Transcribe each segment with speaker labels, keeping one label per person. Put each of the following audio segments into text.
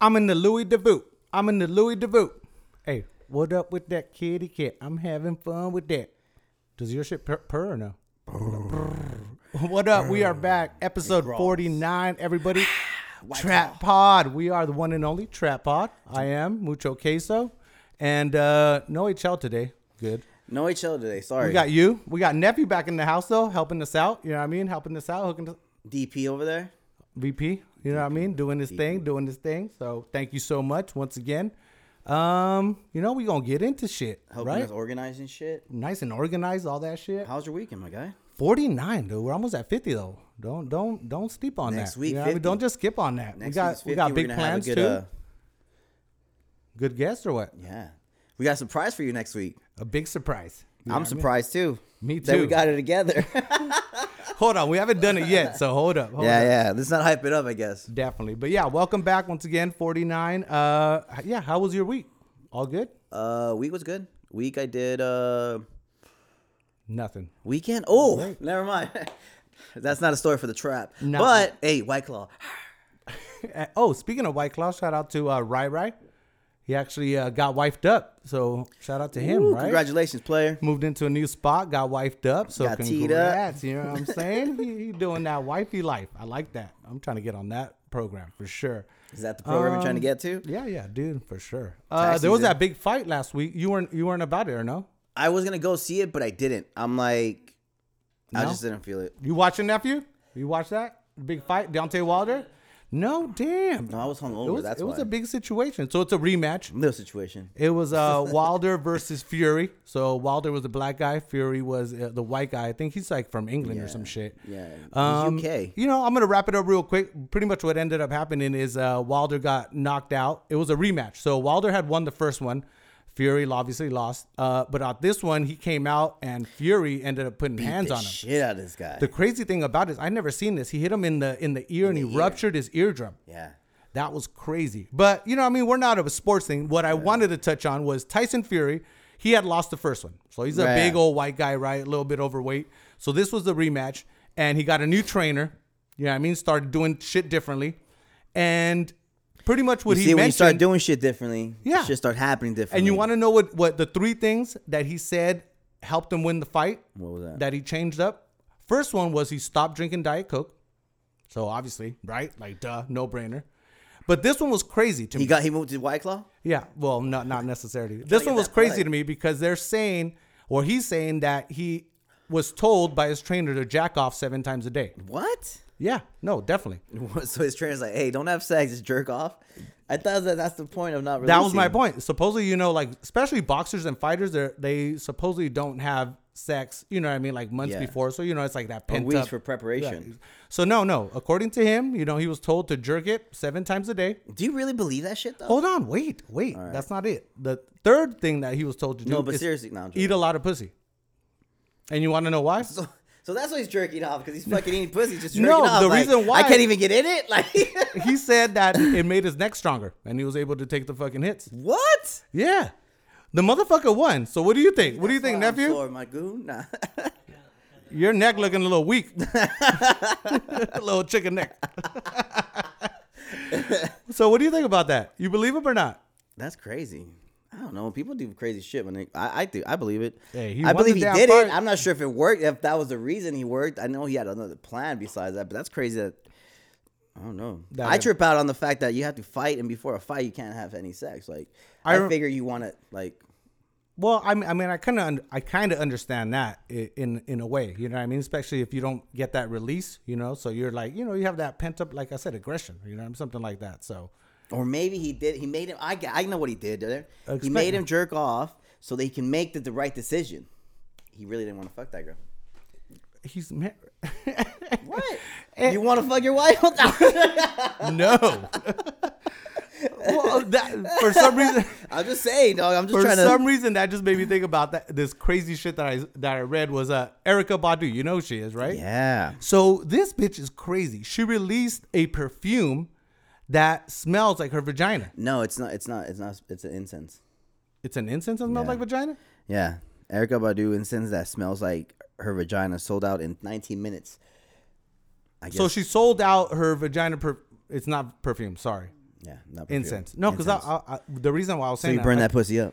Speaker 1: I'm in the Louis DeVoot. I'm in the Louis DeVoot. Hey, what up with that kitty cat? I'm having fun with that. Does your shit purr, purr or no? what up? We are back. Episode 49, everybody. Trap Pod. We are the one and only Trap Pod. I am Mucho Queso. And uh, no HL today. Good.
Speaker 2: No HL today. Sorry.
Speaker 1: We got you. We got Nephew back in the house, though, helping us out. You know what I mean? Helping us out, hooking us
Speaker 2: DP over there.
Speaker 1: VP. You know what I mean? Doing this thing, doing this thing. So thank you so much once again. Um, you know, we gonna get into shit.
Speaker 2: Helping
Speaker 1: right?
Speaker 2: us organize and shit.
Speaker 1: Nice and organized, all that shit.
Speaker 2: How's your weekend, my guy?
Speaker 1: Forty nine, dude. We're almost at fifty though. Don't don't don't sleep on
Speaker 2: Next
Speaker 1: that.
Speaker 2: week,
Speaker 1: You know what I mean?
Speaker 2: 50.
Speaker 1: Don't just skip on that. we
Speaker 2: Next
Speaker 1: got
Speaker 2: week's
Speaker 1: we got
Speaker 2: 50, we're
Speaker 1: big
Speaker 2: gonna have a
Speaker 1: plans
Speaker 2: good,
Speaker 1: too.
Speaker 2: uh,
Speaker 1: good guess or what?
Speaker 2: yeah. We got a surprise for you next week.
Speaker 1: A big surprise. You know
Speaker 2: I'm
Speaker 1: what I mean?
Speaker 2: surprised too.
Speaker 1: Me
Speaker 2: That
Speaker 1: too.
Speaker 2: we got it together.
Speaker 1: Hold on, we haven't done it yet, so hold up. Hold up.
Speaker 2: yeah, yeah. Let's not hype it up, I guess.
Speaker 1: Definitely. But yeah, welcome back once again, forty nine. Uh yeah, how was your week? All good?
Speaker 2: Uh week was good. Week I did uh
Speaker 1: Nothing.
Speaker 2: weekend. Oh, never mind. That's not a story for the trap.
Speaker 1: No.
Speaker 2: But hey, White Claw.
Speaker 1: Uh, oh, speaking of White Claw, shout out to uh, Rai Rai. He actually uh, got wifed up, so shout out to him,
Speaker 2: Ooh,
Speaker 1: right?
Speaker 2: Congratulations, player.
Speaker 1: Moved into a new spot, got wifed up, so
Speaker 2: Got teed up.
Speaker 1: congrats. You know what I'm saying? he, he doing that wifey life. I like that. I'm trying to get on that program for sure.
Speaker 2: Is that the program you're trying
Speaker 1: Um,
Speaker 2: to get to?
Speaker 1: Yeah, yeah, dude, for sure. Uh,
Speaker 2: Tax
Speaker 1: there was
Speaker 2: season.
Speaker 1: that big fight last week. You weren't you weren't about it or no?
Speaker 2: I was gonna go see it, but I didn't. I'm like I
Speaker 1: No?
Speaker 2: just didn't feel it.
Speaker 1: You watching nephew? You watch that big fight, Deontay Wilder? No, damn.
Speaker 2: No, I was hungover.
Speaker 1: it was
Speaker 2: that's
Speaker 1: it was
Speaker 2: why.
Speaker 1: a big situation. So it's a rematch.
Speaker 2: little situation.
Speaker 1: It was uh, Wilder versus Fury. So Wilder was a black guy, Fury was uh, the white guy. I think he's like from England or some shit.
Speaker 2: Yeah, he's
Speaker 1: Um,
Speaker 2: UK.
Speaker 1: You know, I'm gonna wrap it up real quick. Pretty much what ended up happening is uh, Wilder got knocked out. It was a rematch. So Wilder had won the first one. Fury obviously lost. Uh, but on this one, he came out and Fury ended up putting hands
Speaker 2: the
Speaker 1: on him.
Speaker 2: Shit out of this guy.
Speaker 1: The crazy thing about it is I never seen this. He hit him in the in the ear and he ruptured his eardrum.
Speaker 2: yeah.
Speaker 1: That was crazy. But you know, I mean, we're not a sports thing. What I wanted to touch on was Tyson Fury. He had lost the first one, so he's a
Speaker 2: Right.
Speaker 1: big old white guy, right? A little bit overweight. So this was the rematch, and he got a new trainer. You know what I mean? Started doing shit differently, and pretty much what he
Speaker 2: See, when you
Speaker 1: mentioned.
Speaker 2: start doing shit differently,
Speaker 1: Yeah.
Speaker 2: shit start happening differently.
Speaker 1: and you want to know what what the three things that he said helped him win the fight?
Speaker 2: What was that?
Speaker 1: that he changed up. First one was he stopped drinking Diet Coke. So obviously, right? Like duh, no brainer. But this one was crazy to me.
Speaker 2: He got he moved to White Claw.
Speaker 1: Yeah, well, not not necessarily. this
Speaker 2: get
Speaker 1: one was
Speaker 2: that
Speaker 1: crazy
Speaker 2: play.
Speaker 1: to me because they're saying, or he's saying that he was told by his trainer to jack off seven times a day.
Speaker 2: What?
Speaker 1: Yeah, no, definitely.
Speaker 2: So his trainer's like, "Hey, don't have sex, just jerk off." I thought that that's the point of not.
Speaker 1: That was my
Speaker 2: releasing.
Speaker 1: point. Supposedly, you know, like especially boxers and fighters, they they supposedly don't have sex. You know what I mean? Like months
Speaker 2: Yeah.
Speaker 1: before, so you know it's like that pent
Speaker 2: Weeks
Speaker 1: up.
Speaker 2: for preparation.
Speaker 1: So no, no. According to him, you know, he was told to jerk it seven times a day.
Speaker 2: Do you really believe that shit though?
Speaker 1: Hold on, wait, wait. That's not it. The third thing that he was told to do
Speaker 2: no, but
Speaker 1: is
Speaker 2: seriously, no. I'm joking.
Speaker 1: eat a lot of pussy. And you want to know why?
Speaker 2: So, so that's why he's jerking off because he's fucking eating pussy. Just jerking
Speaker 1: No,
Speaker 2: off.
Speaker 1: the
Speaker 2: like,
Speaker 1: reason why-
Speaker 2: I can't even get in it. Like
Speaker 1: he said that it made his neck stronger, and he was able to take the fucking hits.
Speaker 2: what?
Speaker 1: Yeah, the motherfucker won. So what do you think? What do you think,
Speaker 2: Well, I'm
Speaker 1: nephew?
Speaker 2: sorry, my goon. Nah.
Speaker 1: Your neck looking a little weak, a little chicken neck. so what do you think about that? You believe him or not?
Speaker 2: That's crazy. I don't know. People do crazy shit when they. I, I do. I believe it.
Speaker 1: Hey, he
Speaker 2: I
Speaker 1: won the
Speaker 2: believe he
Speaker 1: damn
Speaker 2: did
Speaker 1: fight.
Speaker 2: it. I'm not sure if it worked. If that was the reason he worked. I know he had another plan besides that. But that's crazy. That I don't know.
Speaker 1: That-
Speaker 2: I trip out on the fact that you have to fight, and before a fight, you can't have any sex. Like
Speaker 1: I
Speaker 2: I,
Speaker 1: rem-
Speaker 2: figure you want to like.
Speaker 1: Well, I mean, I mean, I kind of, I kind of understand that i- in in a way, you know what I mean. Especially if you don't get that release, you know, so you're like, you know, you have that pent up, like I said, aggression, you know, what I mean? something like that. So,
Speaker 2: Or maybe he did. He made him. I g- I know what he did there. He
Speaker 1: Expect-
Speaker 2: made him jerk off so that he can make the, the right decision. He really didn't want to fuck that girl.
Speaker 1: he's mar-
Speaker 2: What? you want to fuck your wife?
Speaker 1: no. well, that, for some reason,
Speaker 2: I'm just saying, dog. I'm just
Speaker 1: for
Speaker 2: trying to.
Speaker 1: some reason, that just made me think about that. This crazy shit that I that I read was uh, Erica Badu. You know who she is, right?
Speaker 2: yeah.
Speaker 1: So this bitch is crazy. She released a perfume that smells like her vagina.
Speaker 2: No, it's not. It's not. It's not. It's an incense.
Speaker 1: It's an incense that smells
Speaker 2: Yeah.
Speaker 1: like vagina.
Speaker 2: Yeah, Erica Badu incense that smells like her vagina sold out in 19 minutes. I guess.
Speaker 1: So she sold out her vagina. Per- it's not perfume. Sorry,
Speaker 2: Yeah, not perfume.
Speaker 1: Incense. No, because I,
Speaker 2: Incense.
Speaker 1: I, I, the reason why I was
Speaker 2: so
Speaker 1: saying
Speaker 2: you burn
Speaker 1: that
Speaker 2: that pussy up.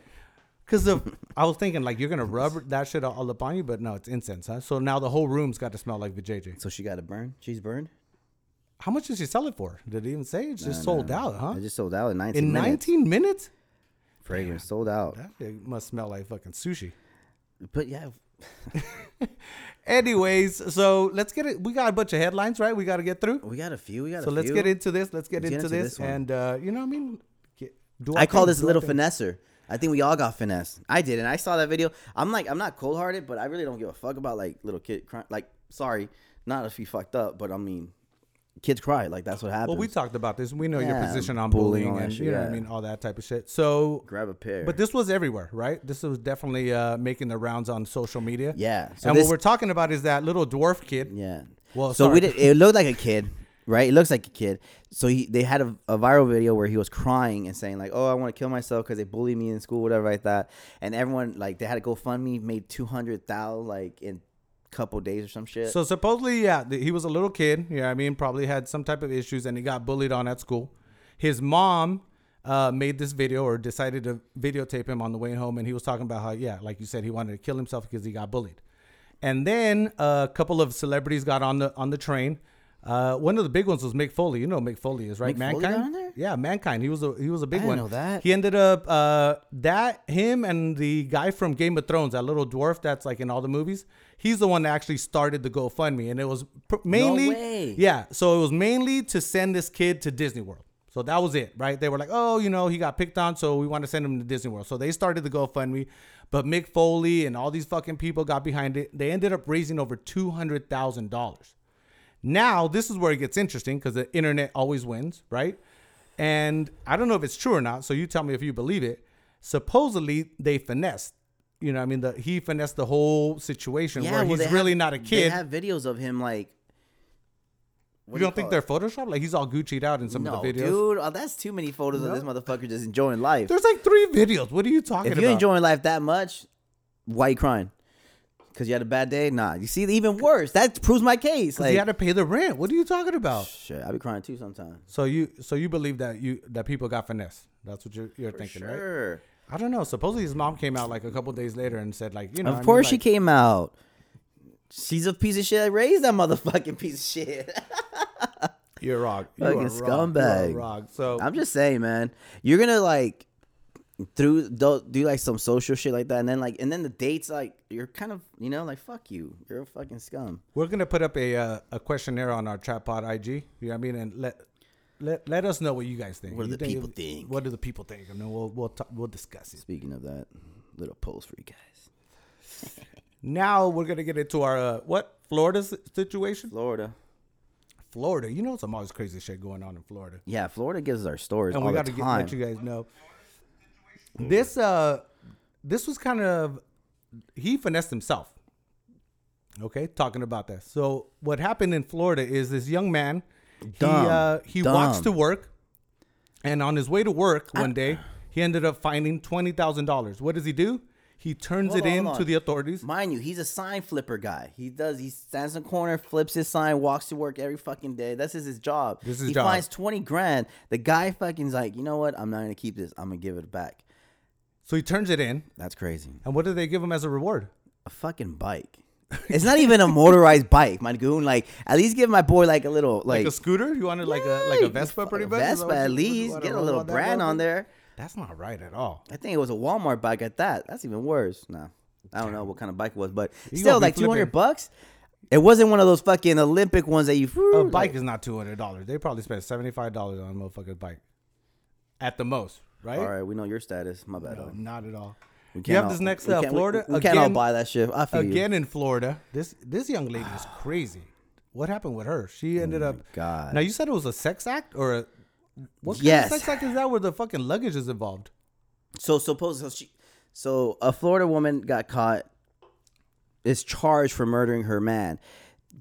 Speaker 1: because of I was thinking like you're gonna rub that shit all up on you, but no, it's incense. Huh? So now the whole room's got to smell like the JJ.
Speaker 2: So she got to burn. She's burned.
Speaker 1: How much did she sell it for? Did it even say? It's just sold out, Oh, huh?
Speaker 2: I just sold out in 19
Speaker 1: In
Speaker 2: minutes.
Speaker 1: 19 minutes,
Speaker 2: Fragrance sold out.
Speaker 1: that shit must smell like fucking sushi.
Speaker 2: But yeah,
Speaker 1: Anyways, so let's get it. We got a bunch of headlines, right? We got to get through.
Speaker 2: we got a few. We got
Speaker 1: So
Speaker 2: a
Speaker 1: let's
Speaker 2: few.
Speaker 1: get into this. Let's get
Speaker 2: Let's get
Speaker 1: into
Speaker 2: into
Speaker 1: this,
Speaker 2: this one.
Speaker 1: and uh, you know, what I mean, Get- do
Speaker 2: I call
Speaker 1: think-
Speaker 2: this a
Speaker 1: do
Speaker 2: little
Speaker 1: think-
Speaker 2: finesser. I think we all got finesse. I did, and I saw that video. I'm like, I'm not cold hearted, but I really don't give a fuck about like little kid crying. Like, sorry, not if you fucked up, but I mean, kids cry. Like that's what happens.
Speaker 1: Well, we talked about this. We know your
Speaker 2: Yeah,
Speaker 1: position on bullying,
Speaker 2: bullying, all that
Speaker 1: and
Speaker 2: shit,
Speaker 1: you know, what I
Speaker 2: yeah.
Speaker 1: mean, all that type of shit. So,
Speaker 2: grab a pair.
Speaker 1: but this was everywhere, right? This was definitely uh, making the rounds on social media.
Speaker 2: Yeah, so
Speaker 1: and
Speaker 2: this-
Speaker 1: what we're talking about is that little dwarf kid.
Speaker 2: Yeah.
Speaker 1: Well,
Speaker 2: so
Speaker 1: sorry.
Speaker 2: we did. It looked like a kid, right? It looks like a kid. So he, they had a, a viral video where he was crying and saying like, "Oh, I want to kill myself because they bullied me in school, whatever like that." And everyone like they had a GoFundMe made two hundred thousand like in a couple days or some shit.
Speaker 1: So supposedly, yeah, th- he was a little kid. Yeah, I mean, probably had some type of issues, and he got bullied on at school. His mom uh, made this video or decided to videotape him on the way home, and he was talking about how, yeah, like you said, he wanted to kill himself because he got bullied. And then uh, a couple of celebrities got on the on the train. Uh, one of the big ones was Mick Foley. You know who Mick Foley is right.
Speaker 2: Mick Foley got on there?
Speaker 1: Yeah, mankind. He was a he was a big
Speaker 2: didn't
Speaker 1: one.
Speaker 2: know that.
Speaker 1: He ended up uh, that him and the guy from Game of Thrones, that little dwarf that's like in all the movies. He's the one that actually started the GoFundMe, and it was pr- mainly
Speaker 2: way.
Speaker 1: yeah. So it was mainly to send this kid to Disney World. So that was it, right? They were like, oh, you know, he got picked on, so we want to send him to Disney World. So they started the GoFundMe, but Mick Foley and all these fucking people got behind it. They ended up raising over two hundred thousand dollars. Now, this is where it gets interesting because the internet always wins, right? And I don't know if it's true or not, so you tell me if you believe it. Supposedly, they finessed. You know, what I mean, the, he finessed the whole situation where
Speaker 2: well,
Speaker 1: he's
Speaker 2: they
Speaker 1: really
Speaker 2: have-
Speaker 1: not a
Speaker 2: They
Speaker 1: kid.
Speaker 2: have videos of him like.
Speaker 1: you don't think they're Photoshopped? Like he's all Gucci'd out in some
Speaker 2: no,
Speaker 1: of the videos.
Speaker 2: dude? Oh, that's too many photos of this motherfucker just enjoying life.
Speaker 1: There's like three videos. What are you talking
Speaker 2: If
Speaker 1: about?
Speaker 2: you're enjoying life that much, why you crying? Because you had a bad day? Nah. You see, even worse. That proves my case. Like,
Speaker 1: you had to pay the rent. What are you talking about?
Speaker 2: Shit, I be crying too sometimes.
Speaker 1: So you, so you believe that you that people got finessed? That's what you're, you're thinking, right?
Speaker 2: Sure.
Speaker 1: I don't know. Supposedly his mom came out like a couple days later and said, like, you know, I
Speaker 2: Of
Speaker 1: mean,
Speaker 2: course
Speaker 1: like-
Speaker 2: she came out. She's a piece of shit. I raised that motherfucking piece of shit.
Speaker 1: You're wrong. You
Speaker 2: Fucking
Speaker 1: are Wrong.
Speaker 2: scumbag.
Speaker 1: You are wrong. So
Speaker 2: I'm just saying, man. You're gonna like through do, do like some social shit like that, and then like and then the dates like you're kind of you know like fuck you. You're a fucking scum.
Speaker 1: we're gonna put up a uh, a questionnaire on our chatbot IG. You know what I mean? And let let let us know what you guys think.
Speaker 2: What do
Speaker 1: You
Speaker 2: the people think?
Speaker 1: What do the people think? And then we'll we'll talk, we'll discuss it.
Speaker 2: Speaking of that, little post for you guys.
Speaker 1: Now we're gonna get into our uh, what Florida s- situation.
Speaker 2: Florida.
Speaker 1: Florida, you know, some always crazy shit going on in Florida.
Speaker 2: Yeah, Florida gives us our stories
Speaker 1: and
Speaker 2: all
Speaker 1: we got
Speaker 2: the
Speaker 1: to
Speaker 2: time.
Speaker 1: let you guys know. This uh, this was kind of he finessed himself. Okay, talking about that. So what happened in Florida is this young man,
Speaker 2: Dumb.
Speaker 1: he uh, he walks
Speaker 2: Dumb.
Speaker 1: to work, and on his way to work one day, he ended up finding twenty thousand dollars. What does he do? He turns
Speaker 2: Hold
Speaker 1: it
Speaker 2: on,
Speaker 1: in
Speaker 2: hold
Speaker 1: to
Speaker 2: on.
Speaker 1: the authorities.
Speaker 2: Mind you, he's a sign flipper guy. He does. He stands in the corner, flips his sign, walks to work every fucking day. That's his, his job.
Speaker 1: This is his
Speaker 2: he
Speaker 1: job.
Speaker 2: finds twenty grand. The guy fucking's like, you know what? I'm not gonna keep this. I'm gonna give it back.
Speaker 1: So he turns it in,
Speaker 2: That's crazy.
Speaker 1: and what do they give him as a reward?
Speaker 2: A fucking bike. It's not even a motorized bike, my goon. Like, at least give my boy like a little like,
Speaker 1: Like a scooter? You wanted like a like
Speaker 2: Yeah,
Speaker 1: a Vespa, pretty
Speaker 2: a
Speaker 1: much. Is that
Speaker 2: Vespa
Speaker 1: what
Speaker 2: at
Speaker 1: you-
Speaker 2: least.
Speaker 1: what you
Speaker 2: Get a
Speaker 1: wanna
Speaker 2: little
Speaker 1: roll that
Speaker 2: brand on
Speaker 1: motherfucker?
Speaker 2: there.
Speaker 1: That's not right at all.
Speaker 2: I think it was a Walmart bike at that. That's even worse. Nah, I don't know what kind of bike it was, but
Speaker 1: You
Speaker 2: still,
Speaker 1: gonna be
Speaker 2: like two hundred
Speaker 1: flipping.
Speaker 2: bucks. It wasn't one of those fucking Olympic ones that you.
Speaker 1: A
Speaker 2: like-
Speaker 1: bike is not two hundred dollars. They probably spent seventy five dollars on a motherfucking bike, at the most, right?
Speaker 2: All right, we know your status. My bad.
Speaker 1: No, not at all. You
Speaker 2: can't
Speaker 1: have
Speaker 2: all-
Speaker 1: this next
Speaker 2: we
Speaker 1: uh,
Speaker 2: can't- we-
Speaker 1: Florida
Speaker 2: We,
Speaker 1: again.
Speaker 2: can't all buy that shit. I feel
Speaker 1: again in Florida, this this young lady is crazy. What happened with her? She ended up.
Speaker 2: Oh God.
Speaker 1: Now you said it was a sex act or a what kind
Speaker 2: Yes.
Speaker 1: of sex act is that? Where the fucking luggage is involved?
Speaker 2: you. So suppose so she, so a Florida woman got caught, is charged for murdering her man.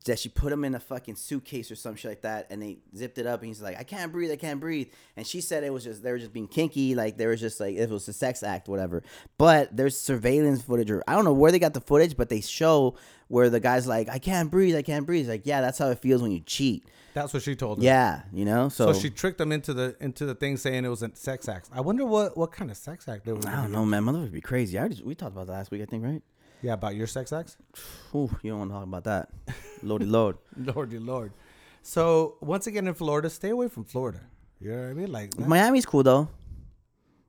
Speaker 2: that she put him in a fucking suitcase or some shit like that, and they zipped it up, and he's like, "I can't breathe, I can't breathe," and she said it was just they were just being kinky, like there was just like it was a sex act, whatever. But there's surveillance footage, or I don't know where they got the footage, but they show where the guy's like, "I can't breathe, I can't breathe." He's like, yeah, that's how it feels when you cheat.
Speaker 1: That's what she told him.
Speaker 2: Yeah, you know, so,
Speaker 1: So she tricked him into the into the thing saying it was a sex act. I wonder what what kind of sex act it was.
Speaker 2: I don't know, man, motherfucker, be crazy. I already, we talked about that last week, I think, right?
Speaker 1: Yeah, about your sex acts.
Speaker 2: Ooh, you don't want to talk about that. Lordy Lord.
Speaker 1: Lordy Lord. So once again in Florida, stay away from Florida. You know what I mean? Like that-
Speaker 2: Miami's cool though.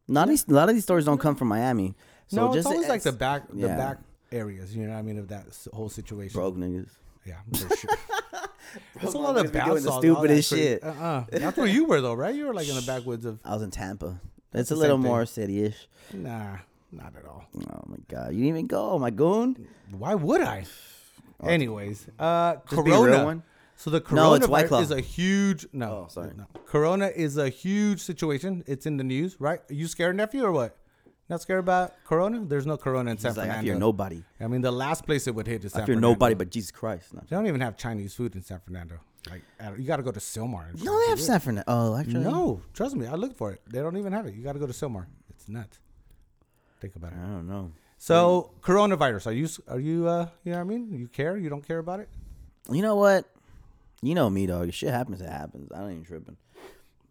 Speaker 2: Not these, a lot of these stories don't come from Miami. So
Speaker 1: no, it's
Speaker 2: just
Speaker 1: always like the back the
Speaker 2: yeah.
Speaker 1: back areas. You know what I mean of that s- whole situation.
Speaker 2: broke niggas.
Speaker 1: Yeah, for sure. That's a lot
Speaker 2: niggas
Speaker 1: of
Speaker 2: be
Speaker 1: bad
Speaker 2: doing the
Speaker 1: songs, all
Speaker 2: stupidest
Speaker 1: that crazy-
Speaker 2: shit.
Speaker 1: Uh-uh. That's where you were though, right? You were like in the backwoods of
Speaker 2: I was in Tampa. It's a
Speaker 1: the
Speaker 2: little
Speaker 1: same thing.
Speaker 2: more city-ish.
Speaker 1: nah, not at all.
Speaker 2: Oh my god, you didn't even go, my goon.
Speaker 1: Why would I? Anyways, uh,
Speaker 2: be a real
Speaker 1: Corona.
Speaker 2: one?
Speaker 1: So the Corona
Speaker 2: No, it's White Claw.
Speaker 1: is a huge no.
Speaker 2: Oh, sorry.
Speaker 1: no. Corona is a huge situation. It's in the news, right? Are you scared, nephew, or what? Not scared about Corona? There's no Corona in San
Speaker 2: It's like I
Speaker 1: Fernando.
Speaker 2: fear nobody.
Speaker 1: I mean, the last place it would hit is San
Speaker 2: I fear
Speaker 1: Fernando.
Speaker 2: nobody but Jesus Christ. No,
Speaker 1: They don't even have Chinese food in San Fernando. Like I don't- you got to go to Silmar. and shit.
Speaker 2: no they have San Fernando. Oh, actually,
Speaker 1: No, trust me, I looked for it. They don't even have it. You got to go to Silmar. It's nuts. Think about it.
Speaker 2: I don't know.
Speaker 1: So coronavirus, are you are you uh you know what I mean? You care? You don't care about it?
Speaker 2: You know what? You know me, dog. If shit happens, it happens. I don't even tripping.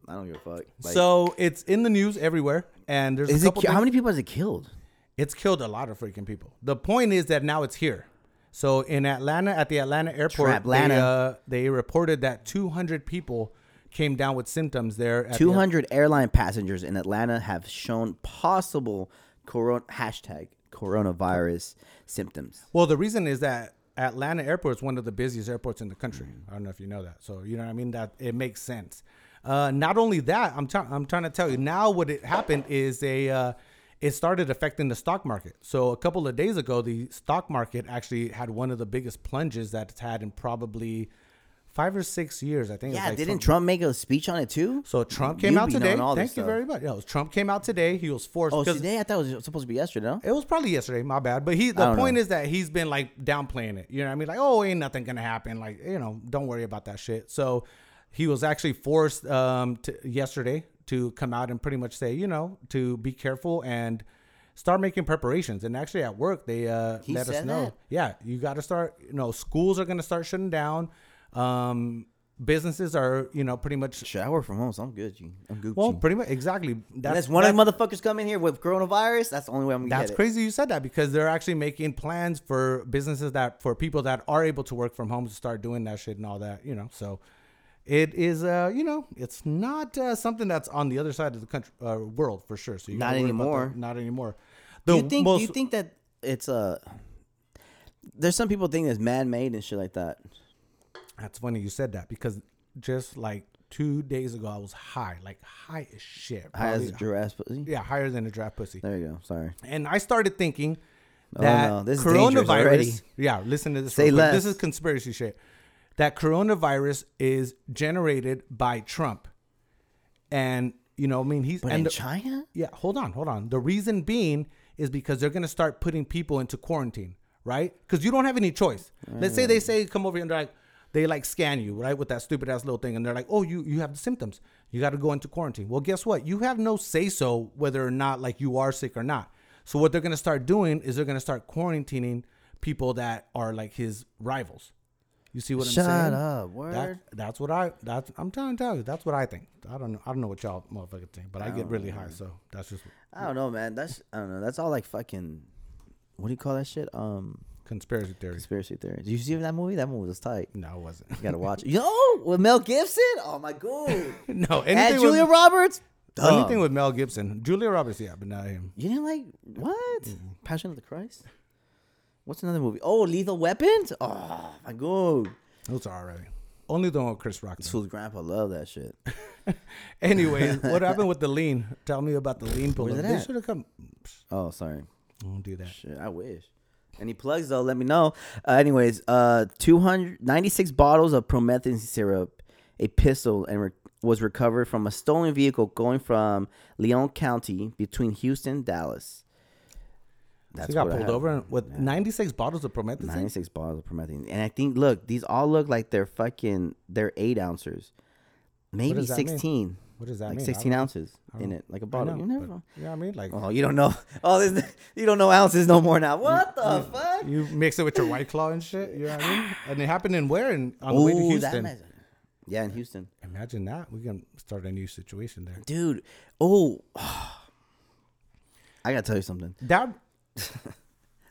Speaker 2: I don't give a fuck. Like,
Speaker 1: so it's in the news everywhere, and there's
Speaker 2: is
Speaker 1: a
Speaker 2: it?
Speaker 1: couple.
Speaker 2: ki- How
Speaker 1: things-
Speaker 2: many people has it killed?
Speaker 1: It's killed a lot of freaking people. The point is that now it's here. So in Atlanta, at the Atlanta airport, they,
Speaker 2: Traplanta.
Speaker 1: uh, they reported that 200 people came down with symptoms there. At the-
Speaker 2: 200 airline passengers in Atlanta have shown possible corona hashtag coronavirus symptoms.
Speaker 1: well, the reason is that Atlanta airport is one of the busiest airports in the country.
Speaker 2: Mm-hmm.
Speaker 1: I don't know if you know that. So you know what I mean. That it makes sense. Uh, not only that, I'm trying. I'm trying to tell you now. What it happened is they. Uh, it started affecting the stock market. So a couple of days ago, the stock market actually had one of the biggest plunges that it's had in probably five or six years. I think. it was
Speaker 2: Yeah,
Speaker 1: like
Speaker 2: didn't Trump make a speech on it too?
Speaker 1: So Trump came
Speaker 2: You
Speaker 1: out
Speaker 2: be knowing
Speaker 1: today.
Speaker 2: all
Speaker 1: Thank
Speaker 2: this
Speaker 1: you
Speaker 2: stuff.
Speaker 1: very much. Yeah, it was- Trump came out today. He was forced.
Speaker 2: Oh,
Speaker 1: 'cause
Speaker 2: today I thought it was supposed to be yesterday. No?
Speaker 1: It was probably yesterday. My bad. But he.
Speaker 2: I
Speaker 1: The
Speaker 2: don't
Speaker 1: point
Speaker 2: know.
Speaker 1: is that he's been like downplaying it. You know what I mean? Like, oh, ain't nothing gonna happen. Like, you know, don't worry about that shit. So he was actually forced um to, yesterday to come out and pretty much say, you know, to be careful and start making preparations. And actually, at work, they uh
Speaker 2: He
Speaker 1: let us
Speaker 2: said
Speaker 1: know.
Speaker 2: that?
Speaker 1: Yeah, you got to start. You know, schools are gonna start shutting down. Um, businesses are you know pretty much
Speaker 2: Shit, I work from home, so I'm good. G. I'm good.
Speaker 1: well,
Speaker 2: G.
Speaker 1: pretty much exactly. That's
Speaker 2: Unless one of the motherfuckers come in here with coronavirus, that's the only way I'm gonna
Speaker 1: That's
Speaker 2: get
Speaker 1: crazy you said that because they're actually making plans for businesses that for people that are able to work from home to start doing that shit and all that, you know. So it is uh, you know, it's not uh, something that's on the other side of the country uh, world for sure. So you gotta
Speaker 2: Not
Speaker 1: worry about
Speaker 2: anymore.
Speaker 1: that. Not anymore.
Speaker 2: it.
Speaker 1: The
Speaker 2: Do you think?
Speaker 1: most,
Speaker 2: Do you think that it's Uh, there's some people think it's man-made and shit like that.
Speaker 1: That's funny you said that because just like 2 days ago I was high, like high as shit.
Speaker 2: High as a
Speaker 1: Probably-
Speaker 2: giraffe pussy.
Speaker 1: yeah, higher than a draft pussy.
Speaker 2: There you go. Sorry.
Speaker 1: And I started thinking
Speaker 2: Oh,
Speaker 1: that
Speaker 2: no, this is dangerous already.
Speaker 1: coronavirus. Yeah, listen to this.
Speaker 2: Say
Speaker 1: real quick. This
Speaker 2: less.
Speaker 1: is conspiracy shit. That coronavirus is generated by Trump, and you know, I mean, he's
Speaker 2: But
Speaker 1: and
Speaker 2: in
Speaker 1: the-
Speaker 2: China,
Speaker 1: yeah, hold on, hold on. The reason being is because they're going to start putting people into quarantine, right? Because you don't have any choice. Let's say they
Speaker 2: Mm.
Speaker 1: say come over here and they're like, they like scan you, right, with that stupid ass little thing, and they're like, oh, you you have the symptoms, you got to go into quarantine. Well, guess what? You have no say so whether or not like you are sick or not. So what they're going to start doing is they're going to start quarantining people that are like his rivals. You see what
Speaker 2: Shut
Speaker 1: I'm saying? That-
Speaker 2: up, word.
Speaker 1: that's what I. That's I'm trying to tell you. That's what I think. I don't know. I don't know what y'all motherfuckers think, but I, get really high,
Speaker 2: Oh.
Speaker 1: so that's just
Speaker 2: I don't know, man. That's I don't know. That's all like fucking. What do you call that shit? Um,
Speaker 1: conspiracy theories.
Speaker 2: conspiracy theory. Did you see that movie? That movie was tight. You
Speaker 1: No, it wasn't.
Speaker 2: gotta watch it. Yo, with Mel Gibson. Oh my god.
Speaker 1: no,
Speaker 2: and
Speaker 1: anything,
Speaker 2: Julia
Speaker 1: with,
Speaker 2: Roberts. Duh.
Speaker 1: anything with Mel Gibson, Julia Roberts, yeah, but not him.
Speaker 2: You didn't like what?
Speaker 1: Mm.
Speaker 2: Passion of the Christ. What's another movie? Oh, Lethal Weapons. Oh my god.
Speaker 1: Those are already. Only the one with Chris Rock.
Speaker 2: Fool's grandpa loved that shit.
Speaker 1: Anyways, what happened with the lean? Tell me about the lean pull.
Speaker 2: it
Speaker 1: They
Speaker 2: at?
Speaker 1: should have come. Psh,
Speaker 2: Oh, sorry.
Speaker 1: Don't do that.
Speaker 2: Shit, I wish. Any plugs though? Let me know. Uh, anyways, uh, two hundred ninety-six bottles of promethazine syrup, a pistol, and re- was recovered from a stolen vehicle going from Leon County between Houston, Dallas.
Speaker 1: So
Speaker 2: That's
Speaker 1: he got
Speaker 2: what I
Speaker 1: pulled
Speaker 2: had.
Speaker 1: over and- with 96 bottles of promethazine.
Speaker 2: 96 bottles of promethazine. And I think, look, these all look like they're fucking, they're eight ounces. Maybe
Speaker 1: does that mean?
Speaker 2: 16.
Speaker 1: What does that
Speaker 2: Like
Speaker 1: mean?
Speaker 2: 16
Speaker 1: I don't-
Speaker 2: ounces in it, like a bottle.
Speaker 1: I know,
Speaker 2: you never.
Speaker 1: but- you know what I mean? Like,
Speaker 2: Oh, you don't know. Oh, this, you don't know ounces no more now. What the fuck?
Speaker 1: you mix it with your white claw and shit. You know what I mean? And it happened in where? And on the way to
Speaker 2: Oh, that
Speaker 1: Houston.
Speaker 2: mess- yeah, in Houston,
Speaker 1: Imagine that. We can start a new situation there.
Speaker 2: dude. Oh, I gotta tell you something.
Speaker 1: That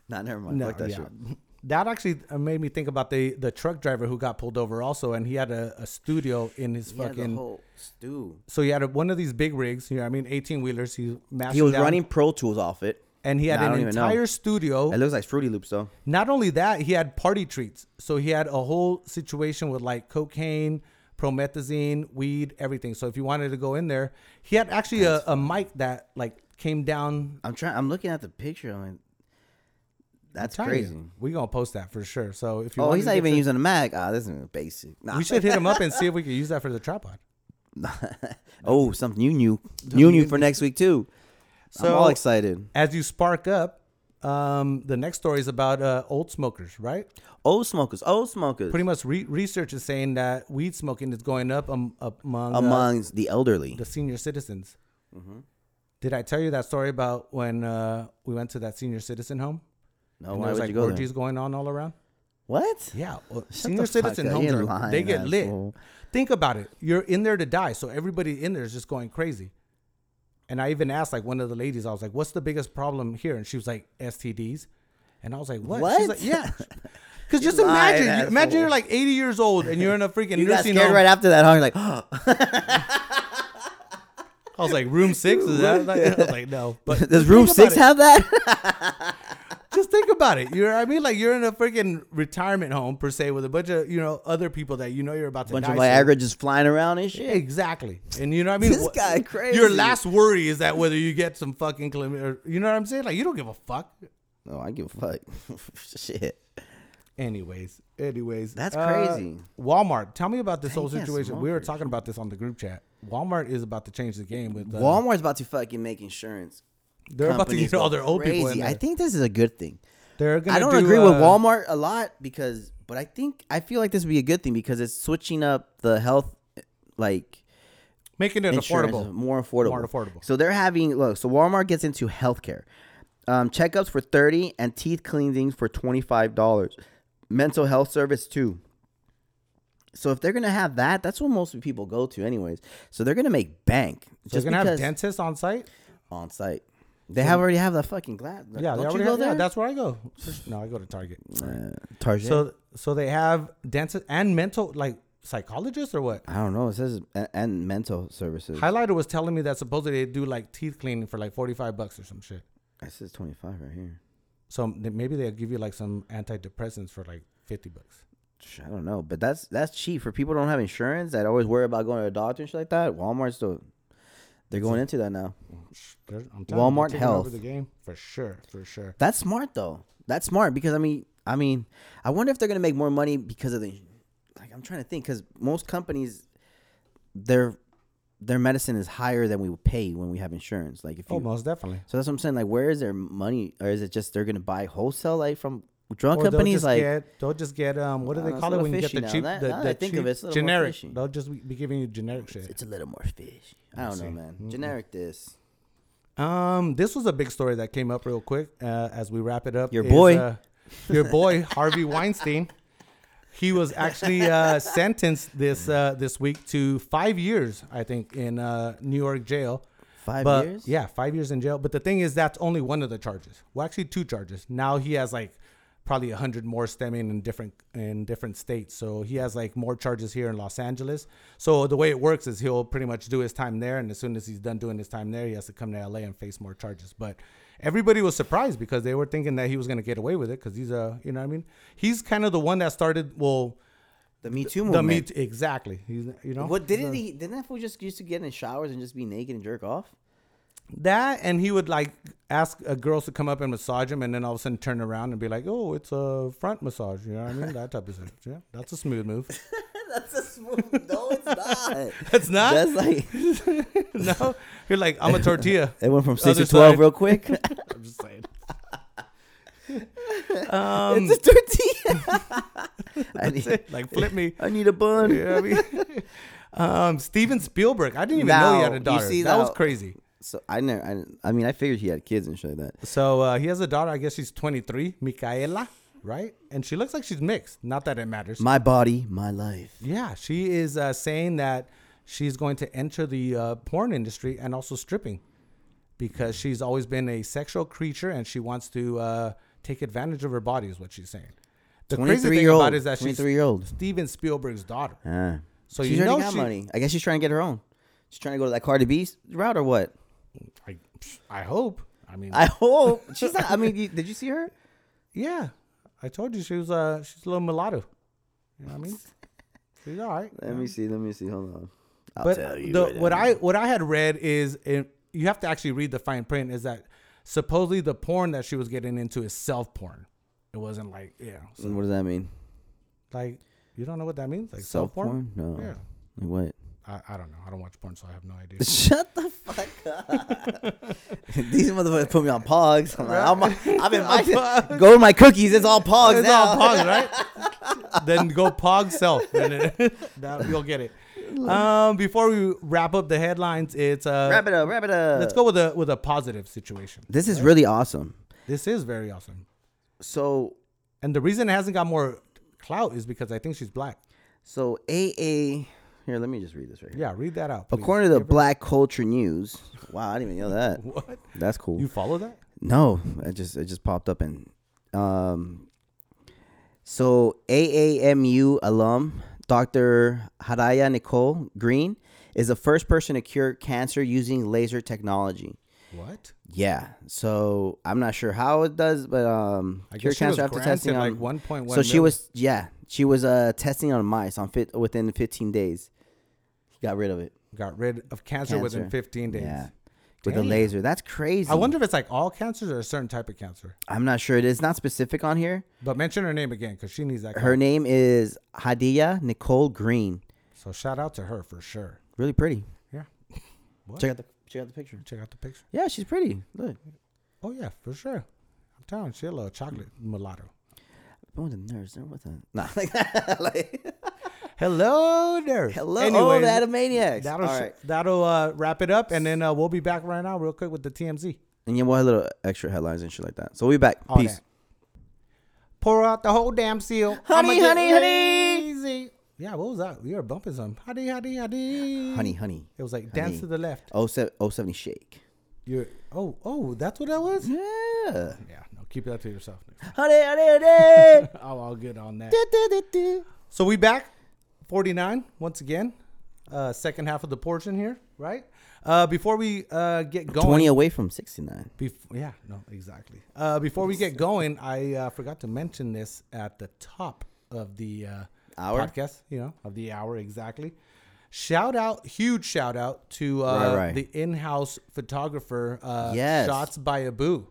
Speaker 2: Nah, never mind.
Speaker 1: no,
Speaker 2: Fuck that
Speaker 1: yeah.
Speaker 2: shit.
Speaker 1: That actually uh, made me think about the the truck driver who got pulled over also, and he had a, a studio in his
Speaker 2: Yeah, the
Speaker 1: fucking.
Speaker 2: whole stew.
Speaker 1: so he had a, one of these big rigs. You know, what I mean, eighteen wheelers. He mashed
Speaker 2: He was
Speaker 1: down,
Speaker 2: running Pro Tools off it.
Speaker 1: and he had
Speaker 2: I
Speaker 1: an
Speaker 2: don't even know.
Speaker 1: entire studio.
Speaker 2: It looks like Fruity Loops though.
Speaker 1: Not only that, he had party treats. So he had a whole situation with like cocaine, promethazine, weed, everything. So if you wanted to go in there, he had actually a, a mic that like came down.
Speaker 2: I'm trying. I'm looking at the picture. I'm like, that's
Speaker 1: Tell you,
Speaker 2: crazy.
Speaker 1: We gonna post that for sure. So if you
Speaker 2: Oh,
Speaker 1: wanted
Speaker 2: he's
Speaker 1: to
Speaker 2: not
Speaker 1: get
Speaker 2: even
Speaker 1: your-
Speaker 2: using a mag. Ah, this is basic. Nah.
Speaker 1: we should hit him up and see if we could use that for the tripod.
Speaker 2: oh, something you knew. New new for next week too. I'm all
Speaker 1: So-
Speaker 2: excited.
Speaker 1: As you spark up, um, the next story is about uh, old smokers, right?
Speaker 2: Old smokers. Old smokers.
Speaker 1: Pretty much re- research is saying that weed smoking is going up um, among uh,
Speaker 2: amongst the elderly.
Speaker 1: the senior citizens.
Speaker 2: Mm-hmm.
Speaker 1: Did I tell you that story about when uh, we went to that senior citizen home?
Speaker 2: No,
Speaker 1: And
Speaker 2: Oh, why
Speaker 1: there
Speaker 2: would
Speaker 1: was like
Speaker 2: you go there?
Speaker 1: orgies going on all around.
Speaker 2: What?
Speaker 1: Yeah, well,
Speaker 2: Shut
Speaker 1: senior
Speaker 2: the fuck
Speaker 1: citizen
Speaker 2: up.
Speaker 1: homes
Speaker 2: You're
Speaker 1: are
Speaker 2: lying,
Speaker 1: they get
Speaker 2: asshole.
Speaker 1: lit. Think about it. You're in there to die, so everybody in there is just going crazy. And I even asked like one of the ladies, I was like, "What's the biggest problem here?" And she was like, "STDs." And I was like, "What?" She's
Speaker 2: What?
Speaker 1: like, "Yeah." Because
Speaker 2: You
Speaker 1: just
Speaker 2: lying
Speaker 1: imagine, you- imagine
Speaker 2: asshole.
Speaker 1: you're like 80 years old and you're in a freaking
Speaker 2: You got
Speaker 1: nursing
Speaker 2: scared
Speaker 1: home.
Speaker 2: right after that, huh? You're like, oh,
Speaker 1: I was like, "Room six is that?" I was like, "No." But
Speaker 2: does room
Speaker 1: think
Speaker 2: six
Speaker 1: about it.
Speaker 2: have that?
Speaker 1: just think about it. You're, I mean, like you're in a freaking retirement home per se with a bunch of you know other people that you know you're about to
Speaker 2: bunch
Speaker 1: die
Speaker 2: of
Speaker 1: soon.
Speaker 2: Viagra just flying around and shit.
Speaker 1: Exactly, and you know what I mean.
Speaker 2: This
Speaker 1: What-
Speaker 2: guy crazy.
Speaker 1: Your last worry is that whether you get some fucking chlam- or You know what I'm saying? Like you don't give a fuck.
Speaker 2: No, I give a fuck. shit.
Speaker 1: Anyways, anyways,
Speaker 2: That's crazy.
Speaker 1: Walmart, tell me about this whole
Speaker 2: you can't
Speaker 1: situation.
Speaker 2: smoke
Speaker 1: We were
Speaker 2: that
Speaker 1: talking about this on the group chat. Walmart is about to change the game with uh,
Speaker 2: Walmart's about to fucking make insurance.
Speaker 1: they're about to
Speaker 2: companies
Speaker 1: get all
Speaker 2: go
Speaker 1: their old people in
Speaker 2: crazy.
Speaker 1: there.
Speaker 2: I think this is a good thing.
Speaker 1: they're gonna
Speaker 2: I don't
Speaker 1: do,
Speaker 2: agree
Speaker 1: uh,
Speaker 2: with Walmart a lot because, but I think I feel like this would be a good thing because it's switching up the health, like
Speaker 1: making it
Speaker 2: insurance
Speaker 1: affordable.
Speaker 2: more affordable,
Speaker 1: More affordable.
Speaker 2: So they're having look. So Walmart gets into healthcare, um, checkups for thirty and teeth cleansings for twenty five dollars. Mental health service too. So if they're gonna have that, that's what most people go to, anyways. So they're gonna make bank
Speaker 1: They're
Speaker 2: just
Speaker 1: gonna have
Speaker 2: because
Speaker 1: dentists on site.
Speaker 2: on site. They have already have that fucking glass.
Speaker 1: Yeah, they
Speaker 2: don't
Speaker 1: already
Speaker 2: you go
Speaker 1: have, yeah,
Speaker 2: there?
Speaker 1: that's where I go. No, I go to Target.
Speaker 2: uh, Target.
Speaker 1: So so they have dentists and mental like psychologists or what?
Speaker 2: I don't know. It says and, and mental services.
Speaker 1: Highlighter was telling me that supposedly they do like teeth cleaning for like forty five bucks or some shit.
Speaker 2: It says twenty five right here.
Speaker 1: So m- maybe they'll give you like some antidepressants for like fifty bucks.
Speaker 2: Sh- I don't know, but that's that's cheap for people who don't have insurance that always worry about going to a doctor and shit like that. Walmart's still they're going into that now.
Speaker 1: Shh, they're- I'm telling you, they're
Speaker 2: Walmart
Speaker 1: taking over
Speaker 2: Health.
Speaker 1: the game for sure, for sure.
Speaker 2: That's smart though. That's smart because I mean, I mean, I wonder if they're gonna make more money because of the. Like I'm trying to think because most companies, their their medicine is higher than we would pay when we have insurance. Like if you,
Speaker 1: Oh, most definitely.
Speaker 2: so that's what I'm saying. Like where is their money, or is it just they're gonna buy wholesale like from
Speaker 1: Or
Speaker 2: drug
Speaker 1: they'll
Speaker 2: companies?
Speaker 1: just
Speaker 2: Like
Speaker 1: get, they'll just get um, what do
Speaker 2: Uh,
Speaker 1: they
Speaker 2: it's a
Speaker 1: call it
Speaker 2: little
Speaker 1: when you get
Speaker 2: fishy
Speaker 1: the
Speaker 2: now.
Speaker 1: cheap,
Speaker 2: That-
Speaker 1: the,
Speaker 2: now that
Speaker 1: the
Speaker 2: I think
Speaker 1: cheap
Speaker 2: of it, it's a little more
Speaker 1: generic?
Speaker 2: fishy.
Speaker 1: They'll just be- be giving you generic shit.
Speaker 2: it's a little more fish. I don't know, man.
Speaker 1: Mm-hmm.
Speaker 2: Generic this.
Speaker 1: Um, this was a big story that came up real quick uh, as we wrap it up. uh,
Speaker 2: Your boy.
Speaker 1: your boy Harvey Weinstein. He was actually uh, sentenced this uh, this week to five years, I think, in uh, New York jail.
Speaker 2: Five
Speaker 1: But
Speaker 2: years.
Speaker 1: yeah, five years in jail. But the thing is, that's only one of the charges. Well, actually, two charges. Now he has like probably a hundred more stemming in different in different states. So he has like more charges here in Los Angeles. So the way it works is he'll pretty much do his time there, and as soon as he's done doing his time there, he has to come to LA and face more charges. But everybody was surprised because they were thinking that he was gonna get away with it because he's a you know what I mean he's kind of the one that started well
Speaker 2: The Me Too
Speaker 1: the
Speaker 2: movement.
Speaker 1: meat exactly he's you know
Speaker 2: What didn't he? Didn't that fool just used to get in showers and just be naked and jerk off?
Speaker 1: That and he would like ask uh, girls to come up and massage him, and then all of a sudden turn around and be like, "Oh, it's a front massage." You know what I mean? That type of thing. Yeah, that's a smooth move.
Speaker 2: That's a smooth. No, it's not.
Speaker 1: That's not.
Speaker 2: That's like
Speaker 1: no, you're like, "I'm a tortilla."
Speaker 2: it went from six
Speaker 1: Other
Speaker 2: to twelve
Speaker 1: side.
Speaker 2: real quick.
Speaker 1: I'm just saying.
Speaker 2: it's a tortilla. I, need,
Speaker 1: Um, Like flip me.
Speaker 2: I need a bun.
Speaker 1: You know what I mean? um, Steven Spielberg. I didn't even know he had
Speaker 2: Now,
Speaker 1: a
Speaker 2: you
Speaker 1: daughter.
Speaker 2: see
Speaker 1: that was
Speaker 2: now-
Speaker 1: crazy.
Speaker 2: So I never. I, I mean, I figured he had kids and shit like that.
Speaker 1: So uh, he has a daughter. I guess she's 23, Micaela, right? And she looks like she's mixed. Not that it matters.
Speaker 2: My body, my life.
Speaker 1: yeah, she is uh, saying that she's going to enter the uh, porn industry and also stripping because she's always been a sexual creature and she wants to uh, take advantage of her body, is what she's saying. The crazy
Speaker 2: 23
Speaker 1: thing
Speaker 2: year
Speaker 1: about
Speaker 2: old.
Speaker 1: it is that she's
Speaker 2: 23 year old.
Speaker 1: Steven Spielberg's daughter.
Speaker 2: Ah.
Speaker 1: So
Speaker 2: she's
Speaker 1: you know
Speaker 2: already got
Speaker 1: she-
Speaker 2: money. I guess she's trying to get her own. She's trying to go to that Cardi B route or what?
Speaker 1: I, I hope. I mean,
Speaker 2: I hope she's not. I mean, you, did you see her?
Speaker 1: yeah, I told you she was uh she's a little mulatto. You know what I mean? She's all right.
Speaker 2: Let me see. Let me see. Hold on. I'll
Speaker 1: but
Speaker 2: tell you.
Speaker 1: the,
Speaker 2: right
Speaker 1: what
Speaker 2: now.
Speaker 1: I what I had read is it, you have to actually read the fine print is that supposedly the porn that she was getting into is self porn. It wasn't like yeah, so,
Speaker 2: What does that mean?
Speaker 1: like you don't know what that means like
Speaker 2: Self porn? No.
Speaker 1: Yeah,
Speaker 2: Like what?
Speaker 1: I, I don't know. I don't watch porn, so I have no idea.
Speaker 2: Shut the fuck up. These motherfuckers put me on pogs. I'm like, I'm, I'm in my go to my cookies. It's all pogs
Speaker 1: it's
Speaker 2: now.
Speaker 1: all pog, right? then go pog self, and it, that, you'll get it. Um, before we wrap up the headlines, it's uh,
Speaker 2: Wrap it up. Wrap it up.
Speaker 1: let's go with a with a positive situation.
Speaker 2: This is really awesome.
Speaker 1: This is very awesome,
Speaker 2: So
Speaker 1: and the reason it hasn't got more clout is because I think she's black.
Speaker 2: so AA. Here, let me just read this right here.
Speaker 1: Yeah, read that out. please.
Speaker 2: According to the Black Culture News. Wow, I didn't even know that.
Speaker 1: what
Speaker 2: That's cool.
Speaker 1: you follow that?
Speaker 2: No, it just it just popped up and um so AAMU alum Dr. Haraya Nicole Green is the first person to cure cancer using laser technology.
Speaker 1: What?
Speaker 2: Yeah. So I'm not sure how it does, but um
Speaker 1: I
Speaker 2: cure
Speaker 1: guess she was
Speaker 2: cancer after testing
Speaker 1: granted like
Speaker 2: on
Speaker 1: 1.1.
Speaker 2: So she was yeah, she was uh testing on mice on fit within 15 days. Got rid of it.
Speaker 1: got rid of cancer, within
Speaker 2: Cancer.
Speaker 1: 15 days.
Speaker 2: Yeah. With a
Speaker 1: Damn.
Speaker 2: laser. That's crazy.
Speaker 1: I wonder if it's like all cancers or a certain type of cancer.
Speaker 2: I'm not sure. It's not specific on here.
Speaker 1: But mention her name again because she needs that.
Speaker 2: Her
Speaker 1: clout.
Speaker 2: name is Hadia Nicole Green.
Speaker 1: So shout out to her for sure.
Speaker 2: Really pretty.
Speaker 1: Yeah. What?
Speaker 2: Check out the check out the picture.
Speaker 1: Check out the picture.
Speaker 2: Yeah, she's pretty. Look.
Speaker 1: Oh yeah, for sure. I'm telling you, she a little chocolate mulatto.
Speaker 2: Oh, the nurse. What the? Nah, like that. like,
Speaker 1: Hello Oh, there.
Speaker 2: hello,
Speaker 1: Anyways,
Speaker 2: the Animaniacs. All
Speaker 1: That'll sh-
Speaker 2: right.
Speaker 1: that'll uh, wrap it up, and then uh, we'll be back right now, real quick, with the TMZ.
Speaker 2: And yeah, we'll have little extra headlines and shit like that. So we'll be back.
Speaker 1: All
Speaker 2: Peace.
Speaker 1: that. Pour out the whole damn seal.
Speaker 2: Honey,
Speaker 1: I'ma get
Speaker 2: honey, honey.
Speaker 1: lazy. Yeah, what was that? We were bumping some. Honey, honey, honey.
Speaker 2: Honey, honey.
Speaker 1: It was like dance
Speaker 2: Honey.
Speaker 1: to the left.
Speaker 2: Oh, se- oh, 70 shake.
Speaker 1: You're, oh, oh, that's what that was?
Speaker 2: Yeah.
Speaker 1: Yeah, no, keep that to yourself.
Speaker 2: Honey, honey, honey.
Speaker 1: I'll, I'll get on that.
Speaker 2: Do, do, do, do.
Speaker 1: So we back, 49 once again. Uh, second half of the portion here, right? Uh, before we uh, get going,
Speaker 2: 20 away from 69.
Speaker 1: Bef- yeah, no, exactly. Uh, before we get going, I uh, forgot to mention this at the top of the uh,
Speaker 2: Hour?
Speaker 1: podcast, you know, of the hour exactly. Shout out, huge shout out to uh,
Speaker 2: Right, right.
Speaker 1: the in-house photographer, uh,
Speaker 2: Yes.
Speaker 1: Shots by Abu.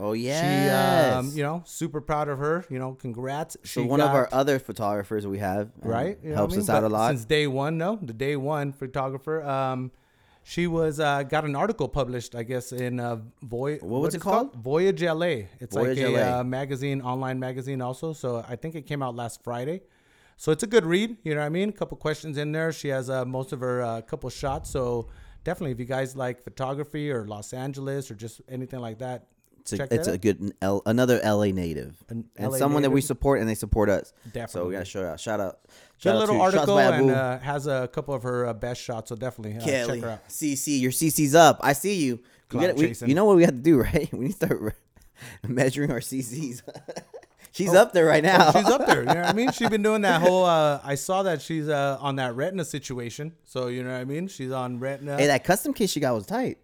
Speaker 2: Oh,
Speaker 1: She,
Speaker 2: yeah.
Speaker 1: um, you know, super proud of her. You know, congrats. She
Speaker 2: so one of
Speaker 1: got-
Speaker 2: our other photographers we have um,
Speaker 1: right You know what I
Speaker 2: helps
Speaker 1: mean?
Speaker 2: us out
Speaker 1: But
Speaker 2: a lot.
Speaker 1: since day one no the day one photographer um she was uh, got an article published i guess in uh voyage
Speaker 2: What was it
Speaker 1: voyage la it's like
Speaker 2: Voyage
Speaker 1: a
Speaker 2: LA.
Speaker 1: Uh, magazine online magazine also so i think it came out last friday so it's a good read you know what i mean a couple questions in there she has uh, most of her uh, couple shots so definitely if you guys like photography or los angeles or just anything like that
Speaker 2: It's a,
Speaker 1: check
Speaker 2: it's
Speaker 1: that
Speaker 2: a good L, another LA native
Speaker 1: An
Speaker 2: and
Speaker 1: LA
Speaker 2: someone that we
Speaker 1: native.
Speaker 2: support and they support us. So
Speaker 1: Definitely.
Speaker 2: we gotta shout out, shout out, shout
Speaker 1: good
Speaker 2: out
Speaker 1: little
Speaker 2: to- shouts
Speaker 1: article
Speaker 2: by Abu.
Speaker 1: and uh, has a couple of her uh, best shots so definitely uh, check
Speaker 2: Kelly,
Speaker 1: her out
Speaker 2: CC, your CC's up. I see you. We
Speaker 1: Clout
Speaker 2: gotta- we-
Speaker 1: chasing.
Speaker 2: you know what we have to do, right? We need to start re- measuring our CCs. she's up there right now.
Speaker 1: Oh, she's up there. You know what I mean? She's been doing that whole. Uh, I saw that she's uh, on that retina situation. So you know what I mean? She's on retina.
Speaker 2: hey, that custom case she got was tight.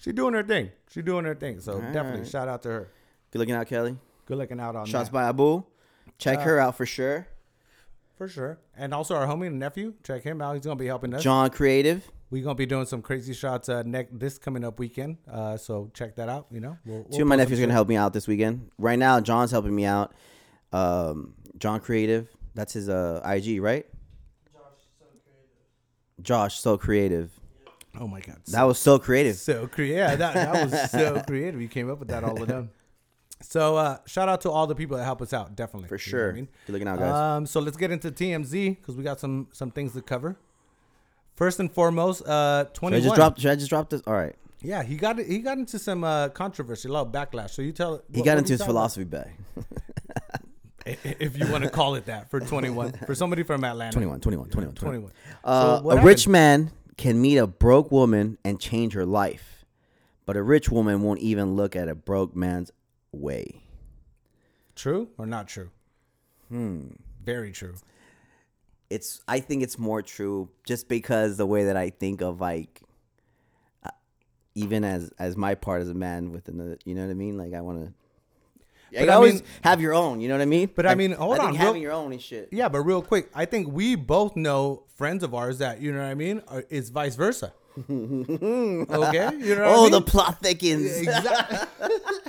Speaker 1: she's doing her thing. She's doing her thing. So definitely
Speaker 2: right.
Speaker 1: shout out to her.
Speaker 2: Good looking out, Kelly.
Speaker 1: Good looking out on
Speaker 2: Shots
Speaker 1: that
Speaker 2: by Abu. Check
Speaker 1: Uh,
Speaker 2: her out for sure.
Speaker 1: for sure. And also our homie and nephew, check him out. He's gonna be helping us.
Speaker 2: John Creative.
Speaker 1: We're gonna be doing some crazy shots uh, next this coming up weekend. Uh, so check that out. You know, we'll,
Speaker 2: Two of my nephews are gonna help me out this weekend. Right now, John's helping me out. Um, John Creative, that's his uh, IG, right? Josh so creative.
Speaker 1: Oh my god,
Speaker 2: That was so creative.
Speaker 1: so creative. Yeah, that, that was so creative. You came up with that all alone. So uh, shout out to all the people that help us out, definitely
Speaker 2: for
Speaker 1: You know what
Speaker 2: sure.
Speaker 1: I mean?
Speaker 2: Good looking out, guys.
Speaker 1: Um, so let's get into TMZ because we got some some things to cover. First and foremost, uh,
Speaker 2: should I
Speaker 1: twenty
Speaker 2: just
Speaker 1: one.
Speaker 2: drop? Should I just drop this? All right.
Speaker 1: Yeah, he got he got into some uh, controversy, a lot of backlash. So you tell
Speaker 2: He got into his philosophy bag.
Speaker 1: if you want to call it that, for twenty one, for somebody from Atlanta.
Speaker 2: 21, 21, 21,
Speaker 1: 21.
Speaker 2: 21. Uh,
Speaker 1: So
Speaker 2: a
Speaker 1: what
Speaker 2: rich
Speaker 1: happened?
Speaker 2: man can meet a broke woman and change her life, but a rich woman won't even look at a broke man's way.
Speaker 1: True or not true? Hmm. Very true.
Speaker 2: It's I think it's more true just because the way that I think of like, uh, even as as my part as a man within the you know what I mean. Like I want to.
Speaker 1: But
Speaker 2: You
Speaker 1: I
Speaker 2: always
Speaker 1: mean-
Speaker 2: have your own, you know what I mean.
Speaker 1: But I mean, hold
Speaker 2: think
Speaker 1: on, real-
Speaker 2: having your own and shit.
Speaker 1: Yeah, but real quick, I think we both know friends of ours that you know what I mean. Or it's vice versa. okay, you know. What
Speaker 2: oh,
Speaker 1: I mean?
Speaker 2: the plot thickens.
Speaker 1: Exactly.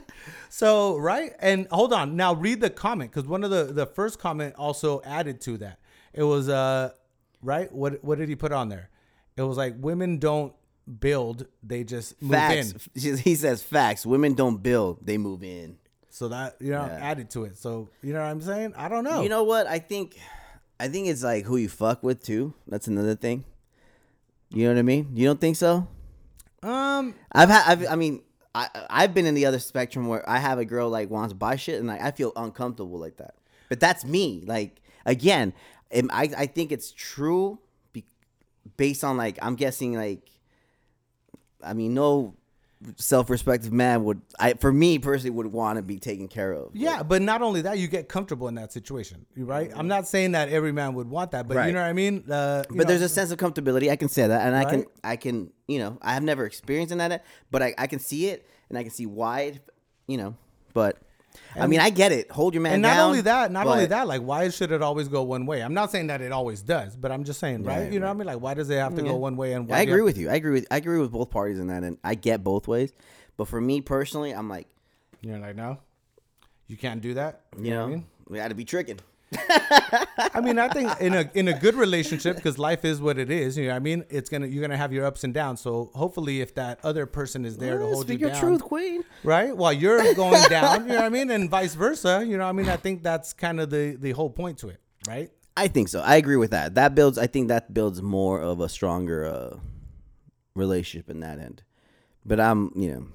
Speaker 1: so right, and hold on. Now read the comment because one of the the first comment also added to that. It was uh, right. What what did he put on there? It was like women don't build; they just move
Speaker 2: Facts.
Speaker 1: in.
Speaker 2: He says facts. Women don't build; they move in.
Speaker 1: So that you know added to it. So you know what I'm saying? I don't know.
Speaker 2: You know what? I think, I think it's like who you fuck with too. That's another thing. You know what I mean? You don't think so?
Speaker 1: um,
Speaker 2: I've had. I've, I mean, I I've been in the other spectrum where I have a girl like wants to buy shit, and like I feel uncomfortable like that. But that's me. Like again, am- I I think it's true, be, based on like I'm guessing like, I mean no. Self-respective man would, I for me personally, would want to be taken care of.
Speaker 1: Yeah, but not only that, you get comfortable in that situation, you- right? I'm not saying that every man would want that, but
Speaker 2: Right.
Speaker 1: you know what I mean. Uh,
Speaker 2: but there's a sense of comfortability. I can say that, and I can,
Speaker 1: Right?
Speaker 2: I can, you know, I have never experienced in that, but I, I can see it, and I can see why, it- you know, but I mean, I get it. Hold your man
Speaker 1: and not
Speaker 2: down,
Speaker 1: only that, not only
Speaker 2: but-
Speaker 1: that, like why should it always go one way? I'm not saying that it always does, but I'm just saying, right?
Speaker 2: Right,
Speaker 1: you know what I mean? Like why does it have to go one way and why?
Speaker 2: I
Speaker 1: do
Speaker 2: agree
Speaker 1: have-
Speaker 2: with you. I agree with, I agree with both parties in that, and I get both ways. But for me personally, I'm like,
Speaker 1: You're like no, you can't do that. You
Speaker 2: you
Speaker 1: know
Speaker 2: know,
Speaker 1: what I mean?
Speaker 2: we got to be tricking.
Speaker 1: I mean, I think in a in a good relationship, because life is what it is. You know, what I mean, it's gonna you're gonna have your ups and downs. So hopefully, if that other person is there to hold
Speaker 2: Speak
Speaker 1: you
Speaker 2: your
Speaker 1: down,
Speaker 2: truth, queen.
Speaker 1: right? While you're going down, you know what I mean, and vice versa. You know what I mean? I think that's kind of the the whole point to it, right?
Speaker 2: I think so. I agree with that. That builds. I think that builds more of a stronger uh, relationship in that end. But I'm, you know,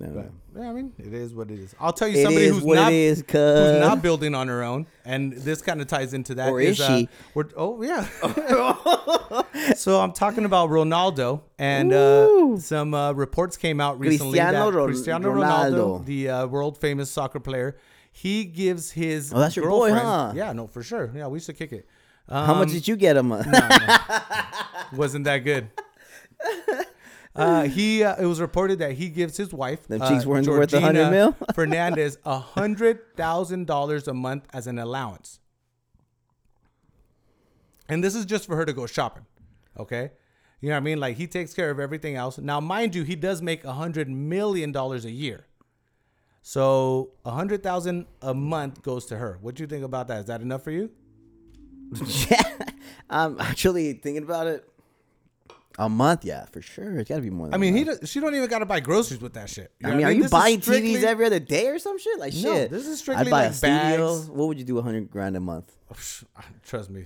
Speaker 2: I don't know.
Speaker 1: Yeah, I mean, it is what it is. I'll tell you
Speaker 2: It
Speaker 1: somebody
Speaker 2: is
Speaker 1: who's
Speaker 2: what
Speaker 1: not
Speaker 2: it is,
Speaker 1: who's
Speaker 2: cuz.
Speaker 1: not building on her own, and this kind of ties into that.
Speaker 2: Uh, Or is
Speaker 1: uh,
Speaker 2: she?
Speaker 1: we're, oh yeah. so I'm talking about Ronaldo, and uh, some uh, reports came out recently
Speaker 2: Cristiano
Speaker 1: that
Speaker 2: Ron-
Speaker 1: Cristiano Ronaldo,
Speaker 2: Ronaldo.
Speaker 1: the uh, world famous soccer player, he gives his
Speaker 2: Oh, that's your boy,
Speaker 1: girlfriend-
Speaker 2: huh?
Speaker 1: Yeah, no, for sure. Yeah, we should kick it.
Speaker 2: How much did you get him? uh,
Speaker 1: wasn't that good. Uh, he uh, it was reported that he gives his wife
Speaker 2: Them
Speaker 1: uh,
Speaker 2: cheeks weren't worth a hundred
Speaker 1: Georgina
Speaker 2: mil?
Speaker 1: Fernandez a hundred thousand dollars a month as an allowance, and this is just for her to go shopping. Okay, you know what I mean? Like he takes care of everything else. Now, mind you, he does make a hundred million dollars a year, so a hundred thousand a month goes to her. What do you think about that? Is that enough for you?
Speaker 2: yeah. I'm actually thinking about it. A month, yeah, for sure. It's got to be more. Than
Speaker 1: I mean,
Speaker 2: a
Speaker 1: he
Speaker 2: month.
Speaker 1: does, she don't even got to buy groceries with that shit.
Speaker 2: I
Speaker 1: know
Speaker 2: mean,
Speaker 1: what
Speaker 2: are you
Speaker 1: This is
Speaker 2: buying TVs
Speaker 1: strictly-
Speaker 2: every other day or some shit? Like
Speaker 1: No,
Speaker 2: shit.
Speaker 1: this is strictly
Speaker 2: I'd buy
Speaker 1: like
Speaker 2: a studio.
Speaker 1: bags.
Speaker 2: What would you do? A hundred grand a month?
Speaker 1: Psh, Trust me,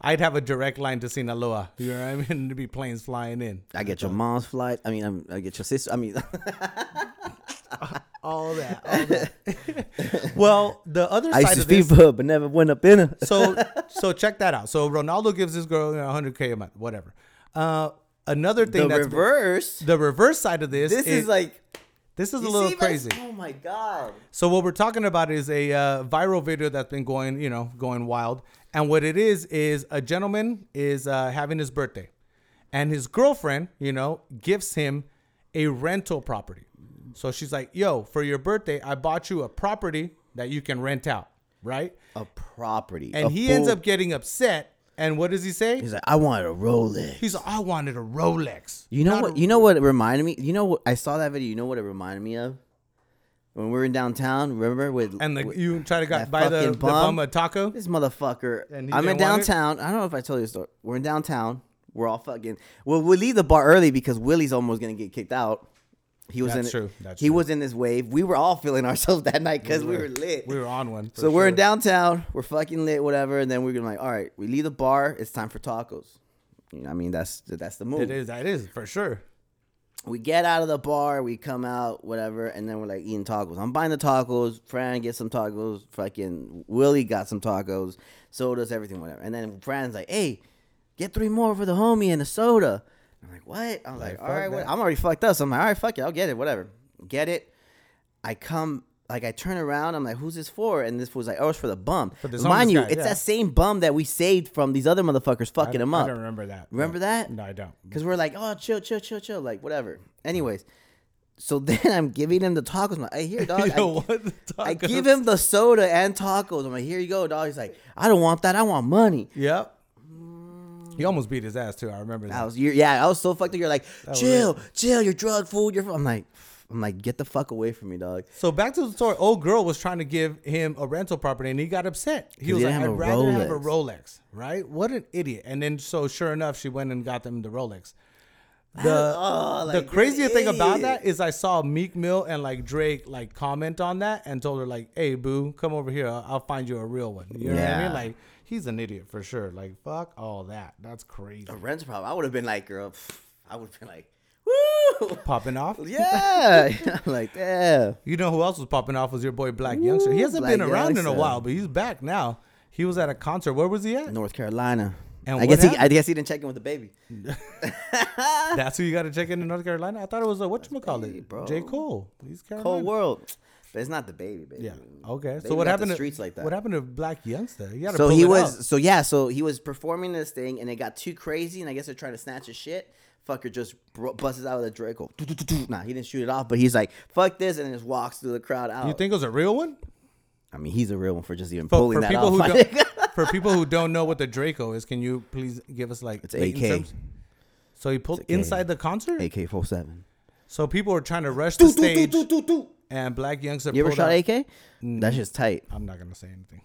Speaker 1: I'd have a direct line to Sinaloa. You know what I mean? There'd be planes flying in.
Speaker 2: I get your mom's flight. I mean, I'm, I get your sister. I mean,
Speaker 1: All that. All that. well, the other
Speaker 2: I
Speaker 1: side
Speaker 2: used
Speaker 1: of
Speaker 2: to
Speaker 1: this.
Speaker 2: FIFA, but never went up in her.
Speaker 1: So, so check that out. So Ronaldo gives this girl you know, 100k a month, whatever. Uh, another thing
Speaker 2: The
Speaker 1: that's
Speaker 2: reverse.
Speaker 1: the reverse side of this.
Speaker 2: this is
Speaker 1: is-
Speaker 2: like
Speaker 1: this is a
Speaker 2: you
Speaker 1: little
Speaker 2: see this?
Speaker 1: crazy.
Speaker 2: Oh my god.
Speaker 1: So what we're talking about is a uh, viral video that's been going, you know, going wild. And what it is is a gentleman is uh, having his birthday, and his girlfriend, you know, gives him a rental property. So she's like, "Yo, for your birthday, I bought you a property that you can rent out, right?"
Speaker 2: A property.
Speaker 1: And
Speaker 2: a
Speaker 1: he ends
Speaker 2: full-
Speaker 1: up getting upset. And what does he say?
Speaker 2: He's like, I want a Rolex.
Speaker 1: He's like, "I wanted a Rolex."
Speaker 2: You know
Speaker 1: Not
Speaker 2: what?
Speaker 1: a-
Speaker 2: You know what it reminded me. You know what? I saw that video. You know what it reminded me of? When we were in downtown, remember with
Speaker 1: and the,
Speaker 2: with
Speaker 1: you try to got
Speaker 2: that
Speaker 1: buy the,
Speaker 2: fucking
Speaker 1: the bum
Speaker 2: bum?
Speaker 1: a taco.
Speaker 2: this motherfucker.
Speaker 1: And he
Speaker 2: I'm in
Speaker 1: didn't want it?
Speaker 2: downtown. I don't know if I told you this story. We're in downtown. We're all fucking. Well, we leave the bar early because Willie's almost gonna get kicked out. He was
Speaker 1: That's
Speaker 2: in.
Speaker 1: true. That's
Speaker 2: he
Speaker 1: true.
Speaker 2: was in this wave. We were all feeling ourselves that night because we,
Speaker 1: We
Speaker 2: were
Speaker 1: were.
Speaker 2: lit.
Speaker 1: We were on one. for
Speaker 2: so we're in
Speaker 1: sure.
Speaker 2: downtown. We're fucking lit, whatever. And then we're gonna like, all right, we leave the bar. It's time for tacos. You know, I mean, that's that's the move.
Speaker 1: It is. That is for sure.
Speaker 2: we get out of the bar, we come out, whatever, and then we're like eating tacos. I'm buying the tacos. Fran gets some tacos. Fucking Willie got some tacos, sodas, everything, whatever. And then Fran's like, "Hey, get three more for the homie and a soda." I'm like, "What?" I'm like,
Speaker 1: Like,
Speaker 2: "All
Speaker 1: fuck
Speaker 2: right, what?
Speaker 1: that.
Speaker 2: I'm already fucked up." So I'm like, "All right, fuck it, I'll get it, whatever." Get it. I come, like, I turn around. I'm like, "Who's this for?ur And this was like, "Oh, it's for the bum."
Speaker 1: For this
Speaker 2: Mind
Speaker 1: homeless
Speaker 2: you,
Speaker 1: guy,
Speaker 2: it's
Speaker 1: yeah.
Speaker 2: that same bum that we saved from these other motherfuckers fucking
Speaker 1: I,
Speaker 2: him
Speaker 1: I
Speaker 2: up.
Speaker 1: don't remember that.
Speaker 2: Remember
Speaker 1: no.
Speaker 2: that?
Speaker 1: No, I don't.
Speaker 2: Because we're like, oh, chill, chill, chill, chill, like whatever. Anyways, so then I'm giving him the tacos. I'm like, hey, here, dog.
Speaker 1: Yo,
Speaker 2: I,
Speaker 1: what the
Speaker 2: I
Speaker 1: tacos?
Speaker 2: give him the soda and tacos. I'm like, here you go, dog. He's like, I don't want that. I want money.
Speaker 1: Yep.
Speaker 2: Mm.
Speaker 1: He almost beat his ass too. I remember
Speaker 2: I
Speaker 1: that.
Speaker 2: was, you're, yeah, I was so fucked up. You're like,
Speaker 1: was
Speaker 2: chill, chill. You're drug food. You're. f-" I'm like, I'm like, get the fuck away from me, dog.
Speaker 1: So back to the story. Old girl was trying to give him a rental property, and he got upset. He was
Speaker 2: he
Speaker 1: like,
Speaker 2: didn't
Speaker 1: "I'd
Speaker 2: have a
Speaker 1: rather have a Rolex." Right? What an idiot! And then, so sure enough, she went and got them the Rolex. The
Speaker 2: Oh, like,
Speaker 1: the
Speaker 2: you're
Speaker 1: craziest
Speaker 2: an
Speaker 1: thing about
Speaker 2: idiot.
Speaker 1: that is I saw Meek Mill and like Drake like comment on that and told her like, "Hey, boo, come over here. I'll, I'll find you a real one." You know what I
Speaker 2: Yeah.
Speaker 1: mean? Like he's an idiot for sure. Like fuck all that. That's crazy.
Speaker 2: A rent's problem. I would have been like, girl, pff, I would have been like, woo,
Speaker 1: Popping off.
Speaker 2: yeah. I'm like, yeah.
Speaker 1: You know who else was popping off was your boy Black Youngster. He hasn't
Speaker 2: Black
Speaker 1: been around in a
Speaker 2: Youngster.
Speaker 1: while, but he's back now. He was at a concert. Where was he at?
Speaker 2: North Carolina.
Speaker 1: And
Speaker 2: I
Speaker 1: what
Speaker 2: guess he, I
Speaker 1: happened?
Speaker 2: guess he didn't check in with the baby.
Speaker 1: That's who you got to check in in North Carolina. I thought it was a what you call
Speaker 2: Hey,
Speaker 1: it,
Speaker 2: Uh, bro.
Speaker 1: J Cole. He's Carolina.
Speaker 2: Cold world, but it's not the baby, baby.
Speaker 1: Mm-hmm. Yeah. Okay.
Speaker 2: They
Speaker 1: so
Speaker 2: got
Speaker 1: what
Speaker 2: the
Speaker 1: happened?
Speaker 2: streets
Speaker 1: to,
Speaker 2: like that.
Speaker 1: What happened to Black Youngster? You gotta
Speaker 2: So
Speaker 1: pull
Speaker 2: he
Speaker 1: it
Speaker 2: was,
Speaker 1: up.
Speaker 2: so yeah, so he was performing this thing, and it got too crazy, and I guess they're trying to snatch his shit. Fucker just bro- busts out of the Draco. Nah, he didn't shoot it off, but he's like, "Fuck this," and just walks through the crowd out.
Speaker 1: You think it was a real one?
Speaker 2: I mean, he's a real one for just even
Speaker 1: But
Speaker 2: pulling
Speaker 1: for
Speaker 2: that
Speaker 1: people
Speaker 2: off.
Speaker 1: who don't, for people who don't know what the Draco is, can you please give us like
Speaker 2: It's
Speaker 1: blatant
Speaker 2: AK.
Speaker 1: So he pulled inside the concert.
Speaker 2: AK forty seven.
Speaker 1: So people were trying to rush the stage, and Black Youngster.
Speaker 2: You ever
Speaker 1: pulled Mm.
Speaker 2: shot
Speaker 1: out-
Speaker 2: AK? That's just tight.
Speaker 1: I'm not gonna say anything.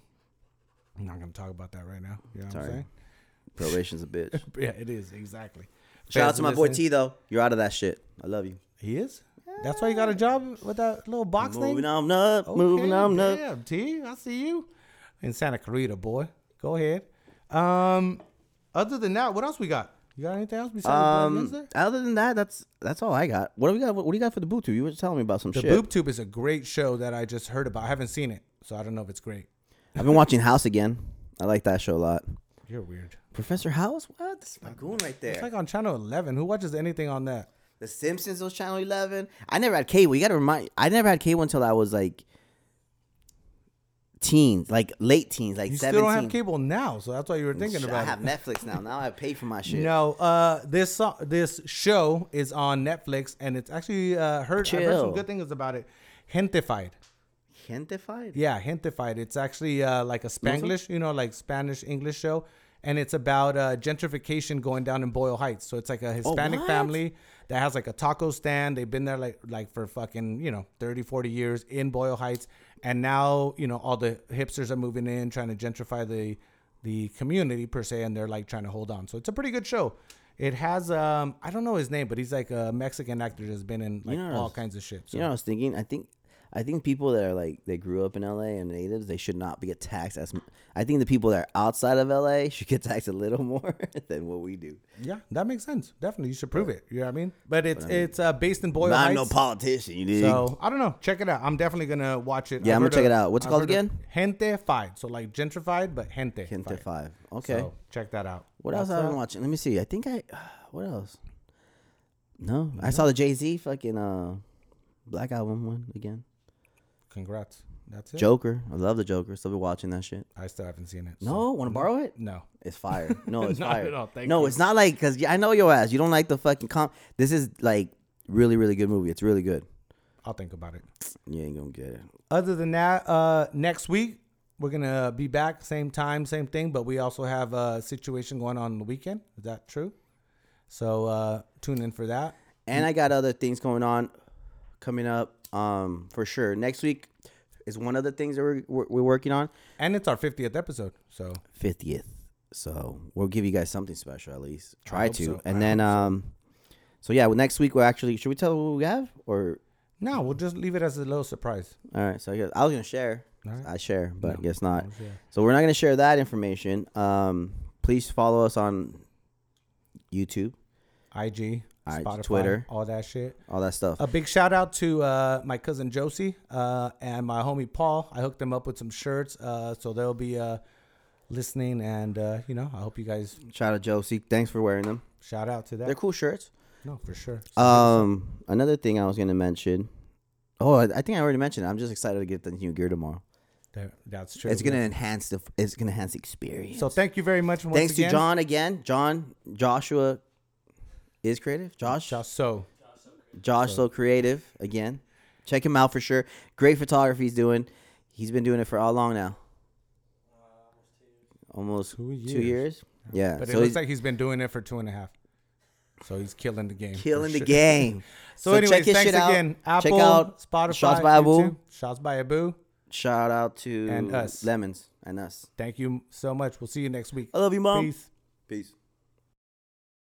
Speaker 1: I'm not gonna talk about that right now. You know what
Speaker 2: Sorry.
Speaker 1: I'm saying?
Speaker 2: Probation's a bitch.
Speaker 1: Yeah, it is exactly.
Speaker 2: Shout out
Speaker 1: Fans
Speaker 2: to my boy
Speaker 1: listening-
Speaker 2: T though. You're out of that shit. I love you.
Speaker 1: He is. That's why you got a job with that little box
Speaker 2: Moving
Speaker 1: thing.
Speaker 2: on up, moving
Speaker 1: Okay,
Speaker 2: on up.
Speaker 1: Damn, T, I see you in Santa Clarita, boy. Go ahead. Um, other than that, what else we got? You got anything else besides um, the Black
Speaker 2: Um,
Speaker 1: Wednesday?
Speaker 2: other than that, that's that's all I got. What do we got? What, do you got for the boot tube? You were telling me about some
Speaker 1: The
Speaker 2: shit.
Speaker 1: Boob Tube is a great show that I just heard about. I haven't seen it, so I don't know if it's great.
Speaker 2: I've been watching House again. I like that show a lot. You're
Speaker 1: weird.
Speaker 2: Professor House. What? That's my goon right there.
Speaker 1: It's like on Channel 11. Who watches anything on that?
Speaker 2: the Simpsons was Channel Eleven. I never had cable. You got to remind. I never had cable until I was like teens, like late teens, like
Speaker 1: You
Speaker 2: seventeen.
Speaker 1: still don't have cable now, so that's why you were thinking
Speaker 2: Shit,
Speaker 1: about
Speaker 2: I have
Speaker 1: it.
Speaker 2: Netflix now. Now I pay for my shit.
Speaker 1: No, uh, this so- this show is on Netflix, and it's actually uh, heard. I've heard
Speaker 2: Chill.
Speaker 1: some good things about it. Gentified,
Speaker 2: Gentified?
Speaker 1: yeah, Gentified. It's actually uh, like a Spanglish, you know, like Spanish English show, and it's about uh, gentrification going down in Boyle Heights. So it's like a Hispanic
Speaker 2: what?
Speaker 1: family that has like a taco stand. They've been there like like for fucking you know 30, 40 years in Boyle Heights, and now you know all the hipsters are moving in, trying to gentrify the the community per se, and they're like trying to hold on. So it's a pretty good show. It has um I don't know his name, but he's like a Mexican actor that's been in like
Speaker 2: know,
Speaker 1: all kinds of shit. So
Speaker 2: You know what I was thinking? I think I think people that are like they grew up in LA and natives, they should not be taxed as m- I think the people that are outside of LA should get taxed a little more than what we do.
Speaker 1: Yeah, that makes sense. Definitely, you should prove it. You know what I mean? But it's it's uh, based in Boyle
Speaker 2: But I'm
Speaker 1: Heights.
Speaker 2: no politician, you dig?
Speaker 1: so I don't know. Check it out. I'm definitely gonna watch it.
Speaker 2: Yeah, I'm
Speaker 1: I've
Speaker 2: gonna
Speaker 1: heard
Speaker 2: check it
Speaker 1: of-
Speaker 2: out. What's it
Speaker 1: I've
Speaker 2: called
Speaker 1: heard of
Speaker 2: again?
Speaker 1: Gentrified. So like gentrified, but gente.
Speaker 2: Kente five. Okay.
Speaker 1: So check that out.
Speaker 2: what else
Speaker 1: That's,
Speaker 2: have I been
Speaker 1: uh,
Speaker 2: watching? Let me see. I think I what else? No. I saw the Jay Z fucking uh Black Album one again.
Speaker 1: Congrats. That's it.
Speaker 2: Joker. I love the Joker. Still be watching that shit. Mm-hmm.
Speaker 1: I still haven't seen it. so-
Speaker 2: No, want to borrow it?
Speaker 1: No.
Speaker 2: It's fire. No, it's
Speaker 1: No,
Speaker 2: fire.
Speaker 1: no, thank
Speaker 2: no,
Speaker 1: you.
Speaker 2: it's not like because I know your ass. You don't like the fucking comp. This is like really, really good movie. It's really good.
Speaker 1: I'll think about it.
Speaker 2: You ain't gonna get it.
Speaker 1: Other than that, uh, next week we're gonna be back, same time, same thing. But we also have a situation going on the weekend. Is that true? So uh, tune in for that.
Speaker 2: And I got other things going on, coming up. Um, for sure. Next week is one of the things that we're we're, we're working on.
Speaker 1: And it's our 50th episode. So
Speaker 2: Fiftieth. So we'll give you guys something special at least. Try
Speaker 1: hope
Speaker 2: to.
Speaker 1: so.
Speaker 2: And
Speaker 1: I
Speaker 2: then um, so. So yeah, well, next week we're actually. Should we tell what we have or?
Speaker 1: No, we'll just leave it as a little surprise. Uh,
Speaker 2: All right. So I guess I was gonna share.
Speaker 1: All right.
Speaker 2: I share, but
Speaker 1: No,
Speaker 2: guess not.
Speaker 1: don't share.
Speaker 2: So we're not gonna share that information. Um, please follow us on YouTube,
Speaker 1: IG,
Speaker 2: I-
Speaker 1: Spotify,
Speaker 2: Twitter.
Speaker 1: all that shit.
Speaker 2: all that stuff.
Speaker 1: A big shout out to uh, my cousin Josie uh, and my homie Paul. I hooked them up with some shirts, uh, so they'll be uh, listening. And uh, you know, I hope you guys
Speaker 2: Shout out Josie. Thanks for wearing them.
Speaker 1: shout out to
Speaker 2: They're
Speaker 1: that.
Speaker 2: cool shirts.
Speaker 1: No, for sure.
Speaker 2: Um, another thing I was gonna mention. Oh, I, I think I already mentioned. it. I'm just excited to get the new gear tomorrow.
Speaker 1: That- that's true.
Speaker 2: It's gonna enhance the. It's gonna enhance the experience.
Speaker 1: So thank you very much. Once
Speaker 2: Thanks
Speaker 1: again.
Speaker 2: to John again. John Joshua is creative. Josh
Speaker 1: Just so
Speaker 2: Josh so creative again. Check him out for sure. Great photography he's doing. He's been doing it for how long now? Almost
Speaker 1: Two
Speaker 2: two years.
Speaker 1: years.
Speaker 2: Yeah.
Speaker 1: But
Speaker 2: so
Speaker 1: it looks
Speaker 2: he's
Speaker 1: like he's been doing it for two and a half. So he's killing the game. for
Speaker 2: killing the
Speaker 1: sure.
Speaker 2: game.
Speaker 1: So, anyways, thanks again. Apple,
Speaker 2: check out
Speaker 1: Spotify,
Speaker 2: Shots by Abu.
Speaker 1: YouTube, Shots by Abu.
Speaker 2: Shout out to
Speaker 1: And us.
Speaker 2: Lemons and us.
Speaker 1: Thank you so much. We'll see you next week.
Speaker 2: I love you, mom.
Speaker 1: Peace.
Speaker 2: Peace.